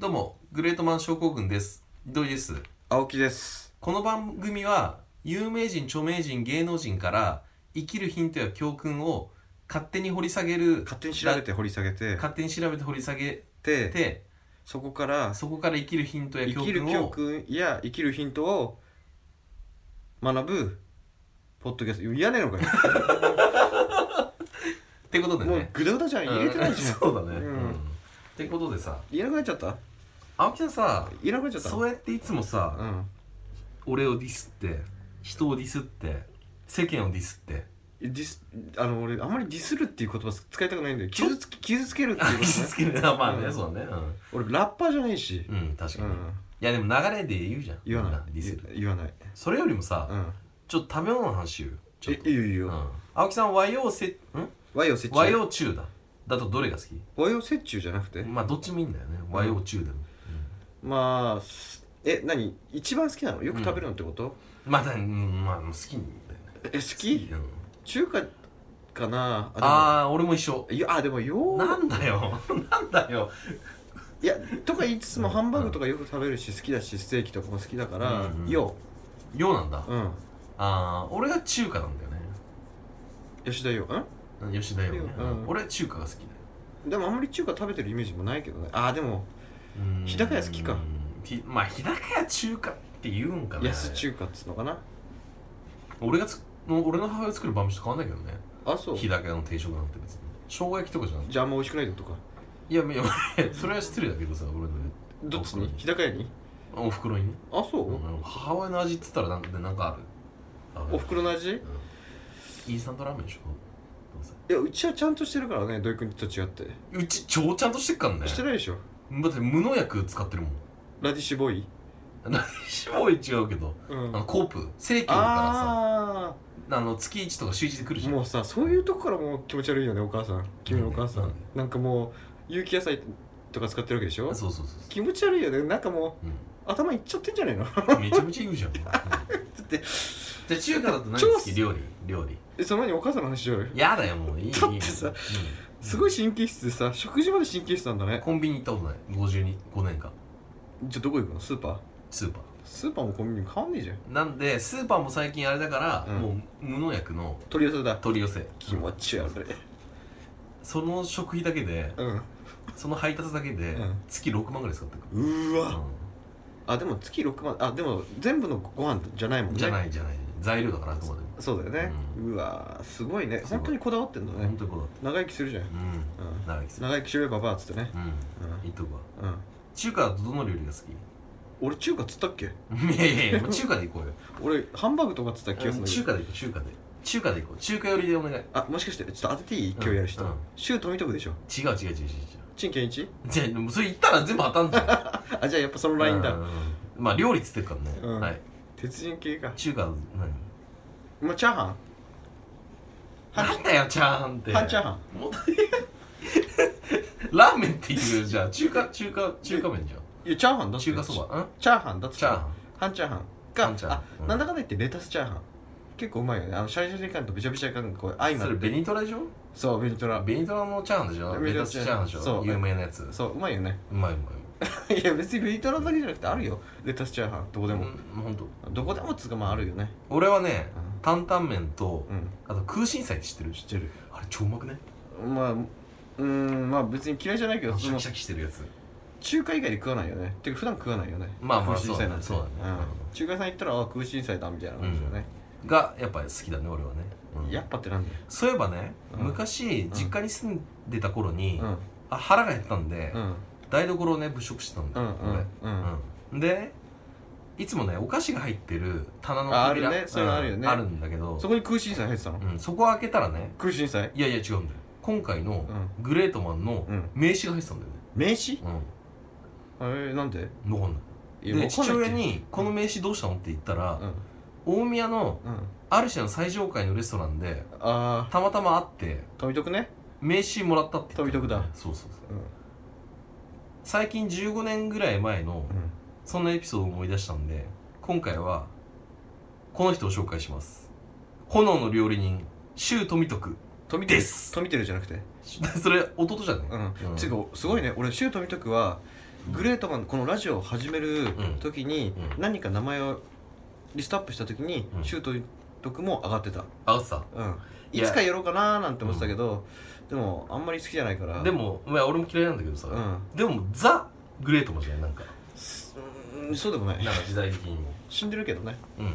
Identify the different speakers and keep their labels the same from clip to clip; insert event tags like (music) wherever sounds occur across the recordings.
Speaker 1: どうも、グレートマン症候群です。土井です。
Speaker 2: 青木です
Speaker 1: この番組は、有名人、著名人、芸能人から、生きるヒントや教訓を勝手に掘り下げる、
Speaker 2: 勝手に調べて掘り下げて
Speaker 1: 勝手に調べて掘り下げ
Speaker 2: で
Speaker 1: て、
Speaker 2: そこから
Speaker 1: そこから生きるヒントや
Speaker 2: 生
Speaker 1: 教
Speaker 2: きる
Speaker 1: 訓
Speaker 2: 教
Speaker 1: を、
Speaker 2: 訓や生きるヒントを学ぶポッドキャスト嫌ねえのかよ
Speaker 1: ってことで
Speaker 2: もう
Speaker 1: ね。
Speaker 2: グダグダじゃん入れてないじゃん
Speaker 1: うんそうだね。
Speaker 2: う
Speaker 1: うんんってことでさ、
Speaker 2: いらなくなっちゃった
Speaker 1: 青木さんさ、
Speaker 2: いらなくなっちゃった
Speaker 1: そうやっていつもさ、
Speaker 2: うん
Speaker 1: 俺をディスって、人をディスって、世間をディスって、
Speaker 2: ディスあの俺あんまりディスるっていう言葉使いたくないんだよ傷つき傷つけるっていうことね
Speaker 1: 傷つけるな、まあね、
Speaker 2: うん
Speaker 1: そうだね。
Speaker 2: 俺ラッパーじゃないし
Speaker 1: うん、うん、確
Speaker 2: う
Speaker 1: かに。い
Speaker 2: ん
Speaker 1: や、でも流れで言うじゃん。
Speaker 2: 言わ
Speaker 1: み
Speaker 2: ない
Speaker 1: んディスる。
Speaker 2: 言わない
Speaker 1: それよりもさ、
Speaker 2: うん
Speaker 1: ちょっと食べ物の話言うよちょっ
Speaker 2: え
Speaker 1: と
Speaker 2: いいよいいうよ
Speaker 1: ん、青木さん和洋せん
Speaker 2: 和洋折衷
Speaker 1: 和洋中だだとどれが好き
Speaker 2: 和洋折衷じゃなくて
Speaker 1: まあどっちもいいんだよね和洋中でも、
Speaker 2: まあすえ何一番好きなのよく食べるのってこと、
Speaker 1: まだ、うん、まあ好きなんだよね
Speaker 2: え好
Speaker 1: 好
Speaker 2: き
Speaker 1: うん
Speaker 2: 中華かなあ
Speaker 1: あー俺も一緒
Speaker 2: でもいやあでもよ
Speaker 1: な
Speaker 2: うん
Speaker 1: だよ (laughs) なんだよ
Speaker 2: いやとか言いつつも
Speaker 1: うん
Speaker 2: ハンバーグとかよく食べるし好きだしステーキとかも好きだから、
Speaker 1: うんうん
Speaker 2: よ
Speaker 1: ようなんだ、
Speaker 2: う、うん、
Speaker 1: ああ俺が中華なんだよね
Speaker 2: 吉田よ
Speaker 1: 吉田よね、
Speaker 2: うん
Speaker 1: 俺は中華が好きだよ
Speaker 2: うんでもあんまり中華食べてるイメージもないけどねあでも
Speaker 1: うん
Speaker 2: 日高屋好きか
Speaker 1: ひまあ日高屋中華って言うんかな
Speaker 2: 安中華っつうのかな
Speaker 1: 俺がつの俺の母親が作る晩飯と変わんないけどね
Speaker 2: あそう
Speaker 1: 日高屋の定食なんて別に生姜焼きとかじゃない
Speaker 2: じゃああんま美味しくないってことか
Speaker 1: いやいや (laughs) 俺それは失礼だけどさ俺の
Speaker 2: どっち
Speaker 1: あ
Speaker 2: に
Speaker 1: そう
Speaker 2: 日高屋に
Speaker 1: おふくろにね、
Speaker 2: あそう、
Speaker 1: うん母親の味っつったらなんでなんかある
Speaker 2: おふくろの味い
Speaker 1: うんインスタントラーメンでしょどうせ
Speaker 2: やうちはちゃんとしてるからね土井君と違って、
Speaker 1: うち超ちゃんとしてっからね
Speaker 2: してないでしょ
Speaker 1: だって無農薬使ってるもん (laughs)
Speaker 2: ラディッシュボーイ
Speaker 1: 絞い違うけど
Speaker 2: うん
Speaker 1: あのコープ正規だから
Speaker 2: あ
Speaker 1: さあの月1とか週1で来るじ
Speaker 2: あ
Speaker 1: ゃん
Speaker 2: もうさそういうとこからもう気持ち悪いよねお母さん君のお母さ
Speaker 1: なん
Speaker 2: ん
Speaker 1: で
Speaker 2: なんかもう有機野菜とか使ってるわけでしょ
Speaker 1: そうそうそうそ
Speaker 2: 気持ち悪いよねなんかも
Speaker 1: う、
Speaker 2: う頭いっちゃってんじゃないの (laughs)
Speaker 1: うん、めちゃめちゃ言うじゃんうん
Speaker 2: って
Speaker 1: じゃあ中華だと何
Speaker 2: 超
Speaker 1: 好き料理料理
Speaker 2: えその前にお母さんの話しようよ
Speaker 1: やだよもういい
Speaker 2: だって
Speaker 1: い
Speaker 2: さ
Speaker 1: いうん
Speaker 2: すごい神経質でさ食事まで神経質なんだね
Speaker 1: コンビニ行ったことない55年間
Speaker 2: じゃあどこ行くのスーパー
Speaker 1: スーパ
Speaker 2: スーパーもコンビニも変わんねえじゃん
Speaker 1: ーなんでスーパーも最近あれだから、
Speaker 2: うん
Speaker 1: もう無農薬の
Speaker 2: 取り寄せだ
Speaker 1: 取り寄せ
Speaker 2: 気持ち悪い
Speaker 1: その食費だけで
Speaker 2: うん
Speaker 1: その配達だけで
Speaker 2: うん
Speaker 1: 月6万ぐらい使ってくる、
Speaker 2: うーわ
Speaker 1: う
Speaker 2: あでも月6万あでも全部のご飯じゃないもん
Speaker 1: ん
Speaker 2: ね
Speaker 1: じゃないいじゃない材料だからあくまでも
Speaker 2: そうだよね、
Speaker 1: う
Speaker 2: うわーすごいね
Speaker 1: すごい
Speaker 2: 本当にこだわってんだね
Speaker 1: 本当にこうだって
Speaker 2: 長生きするじゃん、う
Speaker 1: うん
Speaker 2: ん、
Speaker 1: 長生きする
Speaker 2: 長生きしろよババアっつってね
Speaker 1: うん
Speaker 2: う
Speaker 1: いいとこは
Speaker 2: ん、うん、
Speaker 1: 中華だとどの料理が好
Speaker 2: 俺中華っつったっけ
Speaker 1: き (laughs) いやいやいやもう中華で行こうよ
Speaker 2: 俺ハンバーグとかっつった気がするんだけ
Speaker 1: 中
Speaker 2: ど
Speaker 1: 華で行こう中華で中華で行こう中華寄りでお願い違う
Speaker 2: あもしかしてちょっと当てていい今日やる人、
Speaker 1: うんうん
Speaker 2: シュート見とくでしょ
Speaker 1: 違う違う違う違う違う
Speaker 2: 陳建一
Speaker 1: じゃあもうそれ言ったら全部当たんじゃん
Speaker 2: あじゃあやっぱそ (laughs) のライン
Speaker 1: う
Speaker 2: だ
Speaker 1: んまあ料理っつってるからね、
Speaker 2: うん
Speaker 1: はい
Speaker 2: 鉄人系か
Speaker 1: 中華
Speaker 2: もうチャーハン
Speaker 1: 何なんだよチャーハンって
Speaker 2: 半チャーハン
Speaker 1: もっとラーメンっていうじゃあ中華中華中華麺じゃ
Speaker 2: いやチャーハンだ
Speaker 1: ん
Speaker 2: って
Speaker 1: 中華そばうん
Speaker 2: チャーハンだって
Speaker 1: チャーハン
Speaker 2: 半チャーハンか
Speaker 1: 半チャーハン
Speaker 2: あ、
Speaker 1: うん
Speaker 2: なんだかんだ言ってレタスチャーハン結構うまいよねあのシャリシャリ感とベチャベチャ感がこう相ま
Speaker 1: そ
Speaker 2: っ
Speaker 1: れ
Speaker 2: て
Speaker 1: ベニトラでしょ
Speaker 2: そうベニトラ
Speaker 1: ベニトラのチャーハンでしょ
Speaker 2: ベ
Speaker 1: ベ
Speaker 2: ニ
Speaker 1: ニト
Speaker 2: トラ
Speaker 1: ラ
Speaker 2: チ
Speaker 1: チ
Speaker 2: ャ
Speaker 1: ャ
Speaker 2: ー
Speaker 1: ー
Speaker 2: ハ
Speaker 1: ハ
Speaker 2: ン
Speaker 1: ンでし
Speaker 2: そ
Speaker 1: ょ
Speaker 2: う
Speaker 1: 有名なやつう
Speaker 2: そううまいよね (laughs)
Speaker 1: まいう
Speaker 2: いや別にベニトラだけじゃなくてあるよレタスチャーハンどこで
Speaker 1: まい
Speaker 2: も
Speaker 1: う、んほんと
Speaker 2: どこでもっつうかまああるよね
Speaker 1: 俺はね
Speaker 2: うん
Speaker 1: 担々麺と
Speaker 2: うん
Speaker 1: あと空心菜って知ってる
Speaker 2: 知ってる
Speaker 1: あれ超うまくね
Speaker 2: まあうーんまあ別に嫌いじゃないけど
Speaker 1: シ
Speaker 2: そ
Speaker 1: ャ
Speaker 2: の
Speaker 1: キシャキしてるやつ
Speaker 2: 中華以外で食わないよねてか普段食わないよね
Speaker 1: まあまあ
Speaker 2: 空心菜なんて
Speaker 1: そうだねそうだね
Speaker 2: うん中華屋さん行ったらあ空心菜だみたいな感じだね、
Speaker 1: がやっぱり好きだね俺はねうん
Speaker 2: やっぱってなんだよ
Speaker 1: そういえばね
Speaker 2: うん
Speaker 1: 昔実家に住んでた頃に
Speaker 2: うん
Speaker 1: あ腹が減ったんで
Speaker 2: うん
Speaker 1: 台所をね物色してたんだ
Speaker 2: う
Speaker 1: よ
Speaker 2: ん
Speaker 1: 俺
Speaker 2: うんうん
Speaker 1: うんでいつもねお菓子が入ってる棚の
Speaker 2: あ
Speaker 1: 扉
Speaker 2: あるねそういうのあるよね
Speaker 1: うんあるんだけど
Speaker 2: そこに空心菜入ってたの、
Speaker 1: うんそこを開けたらね
Speaker 2: 空心菜
Speaker 1: いやいや違うんだよ今回の
Speaker 2: う
Speaker 1: グレートマンの
Speaker 2: うん
Speaker 1: 名刺が入ってたんだよ
Speaker 2: 名刺
Speaker 1: ね
Speaker 2: えー、なんで
Speaker 1: うん残んない
Speaker 2: いや
Speaker 1: で
Speaker 2: わかん
Speaker 1: 父
Speaker 2: ない
Speaker 1: 親
Speaker 2: って
Speaker 1: に「この名刺どうしたの?」って言ったら
Speaker 2: うん
Speaker 1: 大宮の
Speaker 2: うん
Speaker 1: ある種の最上階のレストランで
Speaker 2: あ
Speaker 1: たまたま会って
Speaker 2: ー飛びとくね
Speaker 1: 名刺もらったって言った
Speaker 2: 飛び得だ
Speaker 1: そうそうそう
Speaker 2: うん
Speaker 1: 最近15年ぐらい前の
Speaker 2: うん
Speaker 1: そんなエピソードを思い出したんで今回はこの人を紹介します炎の料理人周富徳
Speaker 2: 富てる
Speaker 1: です
Speaker 2: 富てるじゃなくて
Speaker 1: (laughs) それ弟じゃない
Speaker 2: うん、
Speaker 1: うん
Speaker 2: つうかすごいね俺シュート見とくはグレートマンこのラジオを始める
Speaker 1: ん
Speaker 2: 時に
Speaker 1: うん
Speaker 2: 何か名前をリストアップした時に
Speaker 1: うん
Speaker 2: シュート徳も上がってた、
Speaker 1: あがさ
Speaker 2: うん、
Speaker 1: い
Speaker 2: い
Speaker 1: や
Speaker 2: つかやろうかなーなんて思ってたけど、でもあんまり好きじゃないから
Speaker 1: でもいや俺も嫌いなんだけどさ、
Speaker 2: うん
Speaker 1: でもザ・グレートもじゃないなんか
Speaker 2: うんそうでもない
Speaker 1: なんか時代的に
Speaker 2: (laughs)
Speaker 1: も
Speaker 2: 死んでるけどね
Speaker 1: うん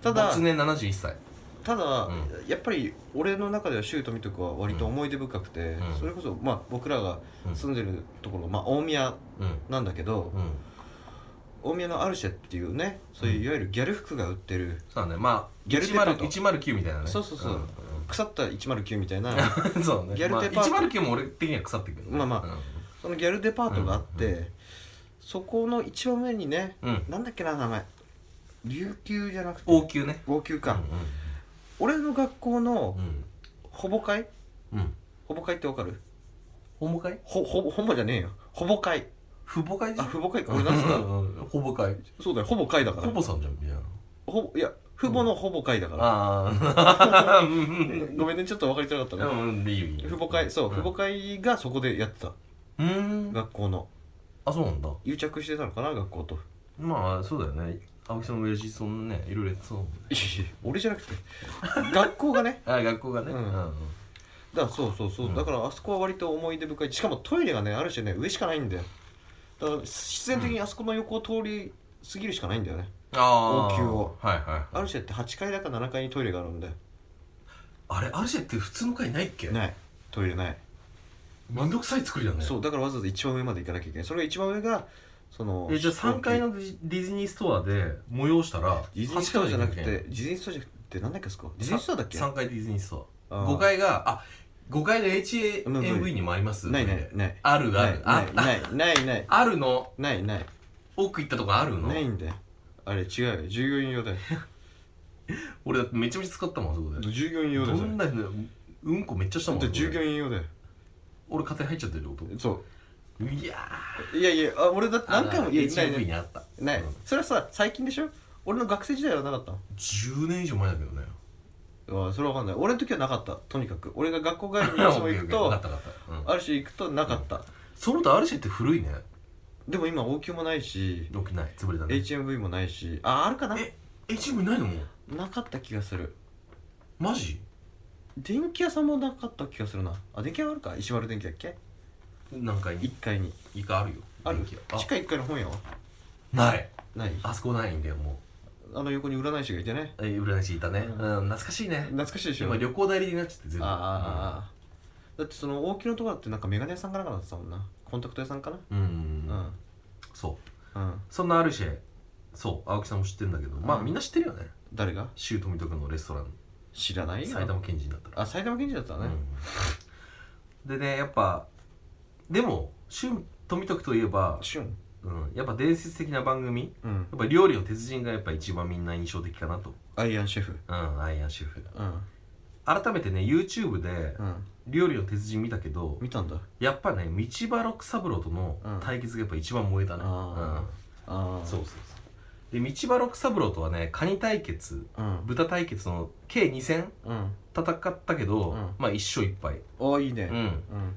Speaker 2: ただ
Speaker 1: 没年71歳
Speaker 2: ただ、
Speaker 1: う
Speaker 2: やっぱり俺の中ではシュートミトクは割と思い出深くて、
Speaker 1: うん
Speaker 2: それこそ、まあ、僕らが住んでるところ、まあ、大宮
Speaker 1: うん
Speaker 2: なんだけど、
Speaker 1: うん
Speaker 2: 大宮のアルシェっていうねそういういわゆるギャル服が売ってる
Speaker 1: そうだねまあ
Speaker 2: ギャルテパ
Speaker 1: 10
Speaker 2: と
Speaker 1: 109みたいなね
Speaker 2: そうそうそうん腐った109みたいな
Speaker 1: うん (laughs) そうね
Speaker 2: ギャルテパ
Speaker 1: まあ109も俺的には腐ってるけどね
Speaker 2: まあまそのギャルデパートがあって、そこの一番上にね
Speaker 1: うん、うん、
Speaker 2: なんだっけな名前琉球じゃなくて
Speaker 1: 王宮ね
Speaker 2: 号泣か、
Speaker 1: う
Speaker 2: 俺の学校の
Speaker 1: んうん
Speaker 2: ほぼ会
Speaker 1: うんうん
Speaker 2: ほぼ会ってわかる
Speaker 1: ほぼ会
Speaker 2: ほほぼほぼじゃねえよほぼ会
Speaker 1: 父母会で
Speaker 2: あ
Speaker 1: しょ
Speaker 2: 父母会か俺なんつった
Speaker 1: うんほぼ会
Speaker 2: そうだよほぼ会だから
Speaker 1: ほぼさんじゃんみたいな
Speaker 2: ほぼいや父母のほぼ会だから、
Speaker 1: ああ (laughs) うん
Speaker 2: ごめんねちょっと分かりづらかった
Speaker 1: う
Speaker 2: ね、
Speaker 1: んうんいいよいいよ
Speaker 2: 父母会そう、
Speaker 1: ん
Speaker 2: 父母会がそこでやってた
Speaker 1: うーん
Speaker 2: 学校の
Speaker 1: あそうなんだ
Speaker 2: 癒着してたのかな学校と
Speaker 1: まあそうだよね青木さんも親父そんなねいろいろやってそうだもんね
Speaker 2: いやいや俺じゃなくて学校がね
Speaker 1: あ学校がね
Speaker 2: う
Speaker 1: うんん
Speaker 2: だからそうそうそう、
Speaker 1: うん
Speaker 2: だからあそこは割と思い出深いしかもトイレがねあるしね上しかないんだよだから必然的にあそこの横を通り過ぎるしかないんだよね、
Speaker 1: ああ
Speaker 2: 王宮を
Speaker 1: はいはい
Speaker 2: あるしって8階だか7階にトイレがあるんだよ
Speaker 1: あれアルシェって普通の会ないっけ
Speaker 2: ないトイレない、
Speaker 1: めんどくさい作りだね
Speaker 2: そうだからわざわざ一番上まで行かなきゃいけないそれが一番上がその
Speaker 1: えじゃあ3階
Speaker 2: の
Speaker 1: のディディズニーストアで催したら
Speaker 2: ディズニーストアじゃなくて
Speaker 1: 8階まで行
Speaker 2: ディズニーストアじゃなくてなんだっけあそこディズニーストアだっけ
Speaker 1: 3階ディズニーストア
Speaker 2: あー
Speaker 1: 5階があ5階で HAMV にもあります
Speaker 2: ないないない
Speaker 1: あるあ
Speaker 2: ない
Speaker 1: るあ
Speaker 2: ないないない
Speaker 1: あるの
Speaker 2: ないない
Speaker 1: 奥行ったとこあるの
Speaker 2: ないんだよあれ違うよ従業員用だよ
Speaker 1: 俺だってめちゃめちゃ使ったもんあそこで
Speaker 2: 従業員用だ
Speaker 1: ど
Speaker 2: よ
Speaker 1: んなにうんこめっちゃした
Speaker 2: ほ
Speaker 1: も
Speaker 2: ん
Speaker 1: んあそ
Speaker 2: と
Speaker 1: こで
Speaker 2: 従業員用だよ
Speaker 1: 俺勝手に入っちゃってる音
Speaker 2: そ
Speaker 1: いや
Speaker 2: ういやいやあ俺だって
Speaker 1: ー
Speaker 2: 何回も
Speaker 1: あ
Speaker 2: いや
Speaker 1: ー
Speaker 2: ない
Speaker 1: HAMV
Speaker 2: ない
Speaker 1: にあった
Speaker 2: ない
Speaker 1: うん
Speaker 2: それはさ最近でしょ俺の学生時代はなかった
Speaker 1: 10年以上前だけどね
Speaker 2: のあそれはわかんない俺の時はなかったとにかく俺が学校帰り (laughs) にいつも行
Speaker 1: 分か
Speaker 2: くと
Speaker 1: った分かった、うん
Speaker 2: ある種行くとなかった
Speaker 1: その他アルシェって古いね
Speaker 2: でも今応急もないし
Speaker 1: よくない潰れたね
Speaker 2: HMV もないしああるかな
Speaker 1: え HAMV ないのもう
Speaker 2: なかった気がする
Speaker 1: マジ
Speaker 2: 電気屋さんもなかった気がするなあ電気屋はあるか石丸電気だっけ
Speaker 1: 何回に
Speaker 2: 1階に
Speaker 1: いかあるよ
Speaker 2: ある
Speaker 1: 電気屋あ
Speaker 2: 地下1階の本屋は
Speaker 1: ない
Speaker 2: ない
Speaker 1: あそこないんだよも
Speaker 2: あの横に占い師がいてね
Speaker 1: うえ占い師いたねう
Speaker 2: う
Speaker 1: んん懐かしいね
Speaker 2: 懐かしいでしょ
Speaker 1: 今旅行代理になっちゃって全部
Speaker 2: ああああああだってその大きなとこだってなんかメガネ屋さんかなんかだったもんなコンタクト屋さんかな
Speaker 1: うん
Speaker 2: う
Speaker 1: うんうん
Speaker 2: ん
Speaker 1: そう
Speaker 2: うん
Speaker 1: そんなアルシェそう青木さんも知ってるんだけどまあ
Speaker 2: うん
Speaker 1: みんな知ってるよね
Speaker 2: 誰が
Speaker 1: シュートミト君のレストラン
Speaker 2: 知らないよ
Speaker 1: 埼玉県人だったら
Speaker 2: あ埼玉県人だったね、
Speaker 1: うんでねやっぱでもシュートミト君といえば、
Speaker 2: シュン
Speaker 1: うん、やっぱ伝説的な番組
Speaker 2: うん
Speaker 1: やっぱ料理の鉄人がやっぱ一番みんな印象的かなと
Speaker 2: アイアンシェフ
Speaker 1: うんアイアンシェフ
Speaker 2: うん
Speaker 1: 改めてね YouTube で
Speaker 2: うん
Speaker 1: 料理の鉄人見たけど
Speaker 2: 見たんだ
Speaker 1: やっぱね道場六三郎との対決がやっぱ一番燃えたね、
Speaker 2: う
Speaker 1: うんん
Speaker 2: あああ
Speaker 1: そうそうそうで道場六三郎とはねカニ対決
Speaker 2: うん
Speaker 1: 豚対決の計2戦
Speaker 2: うん
Speaker 1: 戦ったけど、
Speaker 2: うん
Speaker 1: まあ一勝1敗
Speaker 2: ああいいね
Speaker 1: うん
Speaker 2: うん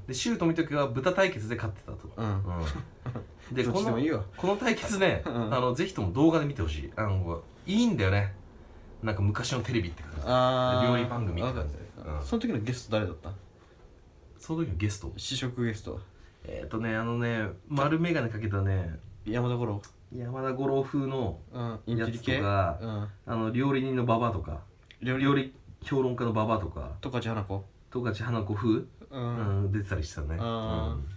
Speaker 1: で柊富時は豚対決で勝ってたと、
Speaker 2: うん (laughs)
Speaker 1: うん、で
Speaker 2: どっ
Speaker 1: こ
Speaker 2: ちで
Speaker 1: の
Speaker 2: もいいわ
Speaker 1: この対決ね、
Speaker 2: うん
Speaker 1: あのぜひとも動画で見てほしいあのいいんだよねなんか昔のテレビって感じ
Speaker 2: あー
Speaker 1: 料理番組って感じで
Speaker 2: わかった
Speaker 1: うん
Speaker 2: その時のゲスト誰だった
Speaker 1: その時のゲスト
Speaker 2: 試食ゲストは
Speaker 1: えっ、とねあのね丸眼鏡かけたね
Speaker 2: 山田五郎
Speaker 1: 山田五郎風の
Speaker 2: うんイン
Speaker 1: や
Speaker 2: テ
Speaker 1: つ
Speaker 2: リ
Speaker 1: と
Speaker 2: 系う
Speaker 1: か
Speaker 2: ん
Speaker 1: あの料理人のババアとか
Speaker 2: 料
Speaker 1: 料理評論家のババアとか
Speaker 2: とかじゃなこ
Speaker 1: 十勝花子風、
Speaker 2: う
Speaker 1: うん
Speaker 2: ん
Speaker 1: 出てたりしてたね、
Speaker 2: あ
Speaker 1: うん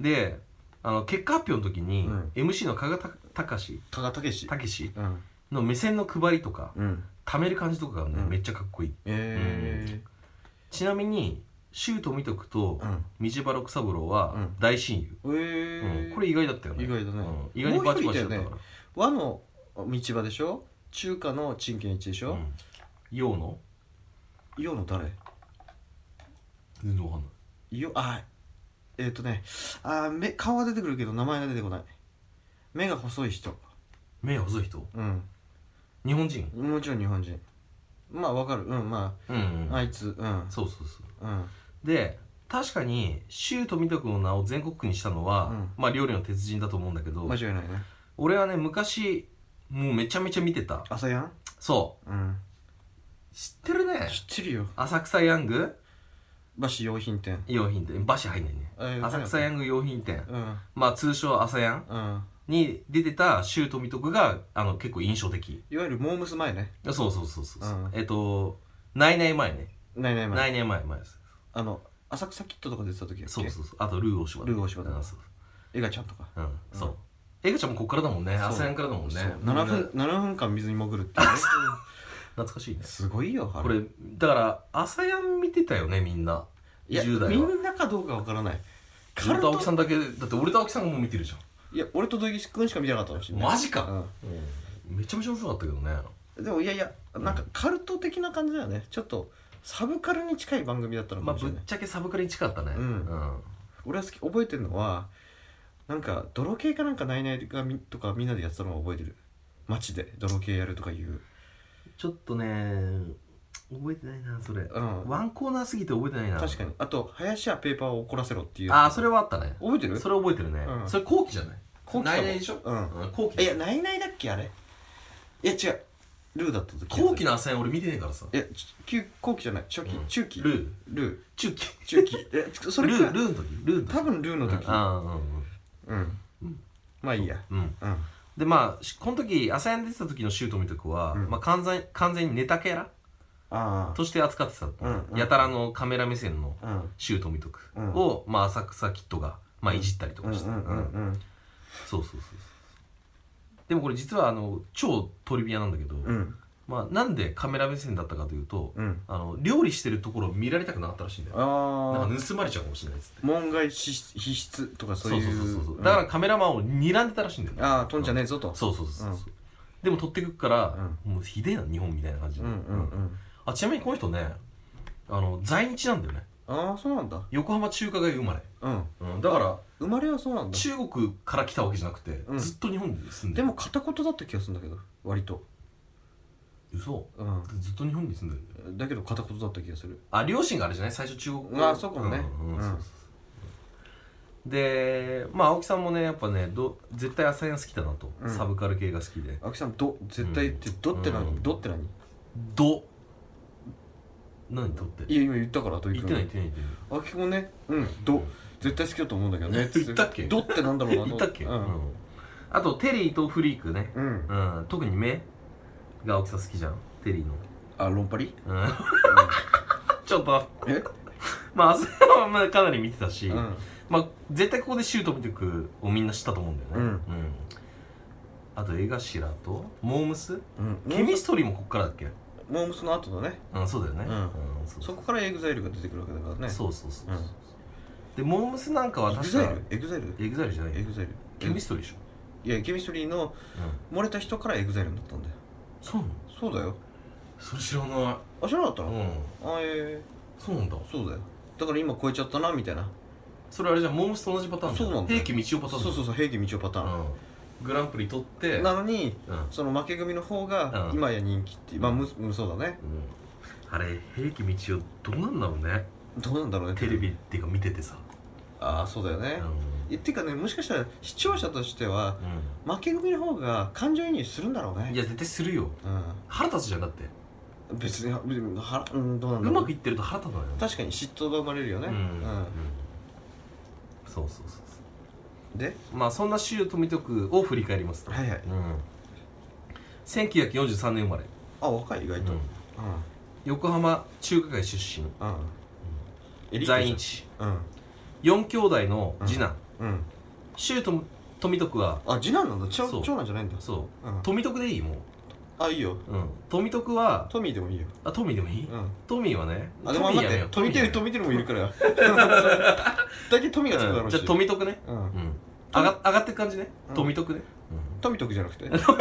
Speaker 1: であの結果発表の時に、
Speaker 2: うん
Speaker 1: MC の加賀た隆史
Speaker 2: 加賀武志
Speaker 1: 武史
Speaker 2: うん
Speaker 1: の目線の配りとか
Speaker 2: うん
Speaker 1: 溜める感じとかがね、
Speaker 2: うん
Speaker 1: めっちゃかっこいい
Speaker 2: え
Speaker 1: ちなみに周富徳と
Speaker 2: ーうん
Speaker 1: 道場六三郎は
Speaker 2: うん
Speaker 1: 大親友、
Speaker 2: えー
Speaker 1: うんこれ意外だったよね
Speaker 2: 意外だね
Speaker 1: うん意外にバチバチだったから
Speaker 2: も和の道場でしょ中華の陳建一でし
Speaker 1: う
Speaker 2: ょ
Speaker 1: ん洋の
Speaker 2: 洋の誰
Speaker 1: 全然わかんない
Speaker 2: 洋あえっとねあー目顔は出てくるけど名前が出てこない目が細い人
Speaker 1: 目細い人
Speaker 2: うん
Speaker 1: 日本人
Speaker 2: もちろん日本人まあわかるうんま
Speaker 1: うん、
Speaker 2: ああいつうん
Speaker 1: そうそうそう
Speaker 2: うん
Speaker 1: で確かに周富田君の名を全国区にしたのは、
Speaker 2: うん
Speaker 1: まあ料理の鉄人だと思うんだけど
Speaker 2: 間違いないね
Speaker 1: 俺はね昔もうめちゃめちゃ見てた
Speaker 2: 朝やん
Speaker 1: そ
Speaker 2: うん
Speaker 1: う知ってるね
Speaker 2: 知ってるよ
Speaker 1: 浅草ヤング
Speaker 2: バシ用品店
Speaker 1: 用品店バシ入んないね
Speaker 2: えー
Speaker 1: 浅草ヤング用品店
Speaker 2: うん
Speaker 1: まあ通称朝ヤン
Speaker 2: うん
Speaker 1: に出てた周富徳があの結構印象的
Speaker 2: いわゆるモームス前ね
Speaker 1: そうそうそうそうそう、
Speaker 2: うん
Speaker 1: えっとないない前ね
Speaker 2: ないない
Speaker 1: な
Speaker 2: 前
Speaker 1: いない前前です
Speaker 2: あの浅草キッドとか出てた時だっけ
Speaker 1: そうそうそうあとルー大柴
Speaker 2: ルー大柴
Speaker 1: だ
Speaker 2: だ
Speaker 1: うんそう
Speaker 2: エガちゃんとか
Speaker 1: うんそうエグちゃんもこっからだもんね
Speaker 2: そう
Speaker 1: 朝ヤンからだもんね
Speaker 2: そう7分7分間水に潜るっていうね
Speaker 1: 懐かしいね
Speaker 2: すごいよあれ
Speaker 1: これだから朝ヤン見てたよねみんない
Speaker 2: や
Speaker 1: 20代
Speaker 2: み
Speaker 1: は
Speaker 2: んなかどうかわからないカ
Speaker 1: 俺
Speaker 2: ル
Speaker 1: と
Speaker 2: ト
Speaker 1: 青木さんだけだって俺と青木さんがもう見てるじ
Speaker 2: いや俺と土井君しか見てなかったかもし
Speaker 1: ゃ
Speaker 2: れ
Speaker 1: ん
Speaker 2: ない
Speaker 1: マジか、うんめちゃめちゃ面白かったけどね
Speaker 2: うんでもいやいやなんかカルト的な感じだよねちょっとサブカルに近い番組だったの
Speaker 1: まあ
Speaker 2: かもし
Speaker 1: ぶ
Speaker 2: れ
Speaker 1: っ
Speaker 2: ない、
Speaker 1: ちゃけサブカルに近かったね
Speaker 2: うん俺は好き覚えてるのはなんか泥系かなんかないないがみとかみんなでやってたのを覚えてる街で泥系やるとかいう
Speaker 1: ちょっとね覚えてないなそれ
Speaker 2: うん
Speaker 1: ワンコーナーすぎて覚えてないな
Speaker 2: 確かにあと林家ペーパーを怒らせろっていう
Speaker 1: ああそれはあったね
Speaker 2: 覚えてる
Speaker 1: それ覚えてるね、
Speaker 2: うん
Speaker 1: それ後期じゃない
Speaker 2: 後期かも
Speaker 1: 来年でしょ
Speaker 2: うん
Speaker 1: ん後期
Speaker 2: いやないないだっけあれいや違うルーだった時
Speaker 1: 後期の朝ヤン俺見てねえからさ
Speaker 2: いや旧後期じゃない初期、
Speaker 1: うん
Speaker 2: 中期
Speaker 1: ルー
Speaker 2: ル
Speaker 1: 中期
Speaker 2: ー
Speaker 1: (laughs)
Speaker 2: 中期えそ
Speaker 1: ル
Speaker 2: れ
Speaker 1: ー
Speaker 2: か
Speaker 1: ルーの時ルーの時
Speaker 2: 多分ルーの時
Speaker 1: ああうん
Speaker 2: うん、
Speaker 1: うん
Speaker 2: まあいいや
Speaker 1: うんうん
Speaker 2: うん
Speaker 1: でまあしこの時朝ヤン出てた時のシュート見とくは、
Speaker 2: うん
Speaker 1: まあ、完全完全にネタキャラ
Speaker 2: あ
Speaker 1: として扱ってた、
Speaker 2: うんうん
Speaker 1: やたらのカメラ目線の
Speaker 2: あうん
Speaker 1: シュート見とく
Speaker 2: うん
Speaker 1: を、まあ、浅草キッドが、まあ、いじったりと
Speaker 2: うん
Speaker 1: か
Speaker 2: う
Speaker 1: して、
Speaker 2: んうんうん
Speaker 1: そうそうそうそうでもこれ実はあの超トリビアなんだけど、
Speaker 2: うん
Speaker 1: まあ、なんでカメラ目線だったかというと、
Speaker 2: うん
Speaker 1: あの料理してるところを見られたくなかったらしいんだよな
Speaker 2: あ
Speaker 1: んか
Speaker 2: あ
Speaker 1: 盗まれちゃうかもしれないっつって
Speaker 2: 門外必必須とかそう
Speaker 1: そう
Speaker 2: い
Speaker 1: そう
Speaker 2: う
Speaker 1: そうそうそうだからカメラマンを睨んでたらしいんだよね、
Speaker 2: ああー飛んじゃねえぞと
Speaker 1: そうそうそうそう、でも取ってくっから、
Speaker 2: う
Speaker 1: もうひでえな日本みたいな感じ
Speaker 2: う
Speaker 1: で、
Speaker 2: んうんうん
Speaker 1: あちなみにこの人ねあの在日なんだよね
Speaker 2: ああそうなんだ
Speaker 1: 横浜中華街生まれ、
Speaker 2: うん
Speaker 1: うん、だから
Speaker 2: 生まれはそうなんだ
Speaker 1: 中国から来たわけじゃなくて、
Speaker 2: うん
Speaker 1: ずっと日本に住んで
Speaker 2: で
Speaker 1: る
Speaker 2: も片言だった気がするんだけど割と
Speaker 1: 嘘
Speaker 2: うん
Speaker 1: ずっと日本に住んでるんだよ
Speaker 2: だけど片言だった気がする
Speaker 1: あ両親があれじゃない最初中国語
Speaker 2: あーそうかもね
Speaker 1: うんうん
Speaker 2: うん
Speaker 1: そうそうそうでまあ青木さんもねやっぱねど絶対朝やん好きだなと、
Speaker 2: うん
Speaker 1: サブカル系が好きで
Speaker 2: 青木さん「ど」絶対って「ど」って何、
Speaker 1: うん
Speaker 2: ど」って何
Speaker 1: ど何とって
Speaker 2: いや今言ったからと
Speaker 1: 言ってない言ってない言ってない
Speaker 2: 青木君ねうん「ど」絶対好きだと思うんだけどね
Speaker 1: (laughs) 言ったっけ
Speaker 2: ど」ってなんだろうなと
Speaker 1: 言ったっけ、
Speaker 2: う
Speaker 1: うん
Speaker 2: ん、
Speaker 1: あとテリーとフリークね、
Speaker 2: うん、
Speaker 1: うん、特に目が青木さん好きじゃんテリーの、
Speaker 2: あ論パリ
Speaker 1: (laughs) うん、ちょっと
Speaker 2: え
Speaker 1: まあ朝やんはまあかなり見てたし、
Speaker 2: うん
Speaker 1: まあ絶対ここでシュート見てくをみんな知ったと思うんだよね
Speaker 2: うん
Speaker 1: あと江頭とモームス
Speaker 2: うん
Speaker 1: ケミストリーもこっからだっけ
Speaker 2: モームスの後だね
Speaker 1: うんそうだよね
Speaker 2: うん
Speaker 1: そう
Speaker 2: そ
Speaker 1: そう
Speaker 2: こからエグザイルが出てくるわけだからね
Speaker 1: そうそうそう、
Speaker 2: うん
Speaker 1: でモームスなんかは
Speaker 2: エグ
Speaker 1: 確
Speaker 2: ザ
Speaker 1: か
Speaker 2: イルエグザイル
Speaker 1: エグザイルじゃない
Speaker 2: エグザイル
Speaker 1: ケミストリーでしょ、
Speaker 2: いやケミストリーの
Speaker 1: うん、
Speaker 2: 漏れた人からエグザイルになったんだよ
Speaker 1: そうなの
Speaker 2: そうだよ
Speaker 1: それ知らない
Speaker 2: あ知らなかった
Speaker 1: う
Speaker 2: の、
Speaker 1: ん
Speaker 2: あえ
Speaker 1: そうなんだ
Speaker 2: ー、そうだよだから今超えちゃったなみたいな
Speaker 1: それあれじゃんモームスと同じパターン
Speaker 2: そうなんだ
Speaker 1: 平
Speaker 2: よ
Speaker 1: 家道夫パタ
Speaker 2: そ
Speaker 1: ー
Speaker 2: う
Speaker 1: ンだ
Speaker 2: そうそう平家道夫パターン、
Speaker 1: うん、グランプリ取って
Speaker 2: なのに
Speaker 1: うん、うん、
Speaker 2: その負け組の方
Speaker 1: う
Speaker 2: が
Speaker 1: ん
Speaker 2: 今や人気っていうまあむむそうだね
Speaker 1: あれ平家道夫どうなんだろうね
Speaker 2: どうなんだろうね
Speaker 1: テレビっていうか見ててさ
Speaker 2: ああそうだよ
Speaker 1: う
Speaker 2: ね
Speaker 1: ん、
Speaker 2: えっていうかねもしかしたら視聴者としては
Speaker 1: う
Speaker 2: 負け組の方が感情移入するんだろうね
Speaker 1: ん、いや絶対するよ腹立つじゃんだって
Speaker 2: うん別には別にはうんどうなんだ
Speaker 1: う
Speaker 2: ろう
Speaker 1: まくいってると腹立たないよ
Speaker 2: 確かに嫉妬が生まれるよね
Speaker 1: うん、
Speaker 2: う
Speaker 1: うんそ
Speaker 2: ん、
Speaker 1: うそうそうそ
Speaker 2: で
Speaker 1: うまあそんな周富徳を振り返りますと、
Speaker 2: はいはい
Speaker 1: うん、1943年生まれ、
Speaker 2: あ若い意外と
Speaker 1: う
Speaker 2: うんん
Speaker 1: 横浜中華街出
Speaker 2: うんエ
Speaker 1: 身
Speaker 2: リート
Speaker 1: 在
Speaker 2: じゃん
Speaker 1: 日
Speaker 2: うん
Speaker 1: 4兄弟の次男、
Speaker 2: うん
Speaker 1: 周富富徳は
Speaker 2: あ次男なんだ長
Speaker 1: そう
Speaker 2: 長男じゃないんだ
Speaker 1: そう
Speaker 2: うん
Speaker 1: 富徳でいいも
Speaker 2: あいいよ
Speaker 1: う、うん、富徳は
Speaker 2: トミーでもいいよ
Speaker 1: あ富でもいい、
Speaker 2: うん
Speaker 1: トミーはね
Speaker 2: あでも
Speaker 1: トミー
Speaker 2: 待っ
Speaker 1: やめよ
Speaker 2: て
Speaker 1: う
Speaker 2: トミテルトミテルもいるから (laughs) 大体トミがつくだろ
Speaker 1: うん
Speaker 2: う
Speaker 1: じ
Speaker 2: し
Speaker 1: ゃあ富徳ね
Speaker 2: うん
Speaker 1: うん上が上がってく感じね
Speaker 2: うん
Speaker 1: 富徳ね、
Speaker 2: 富徳じゃなくてデ
Speaker 1: うん、 (laughs) それ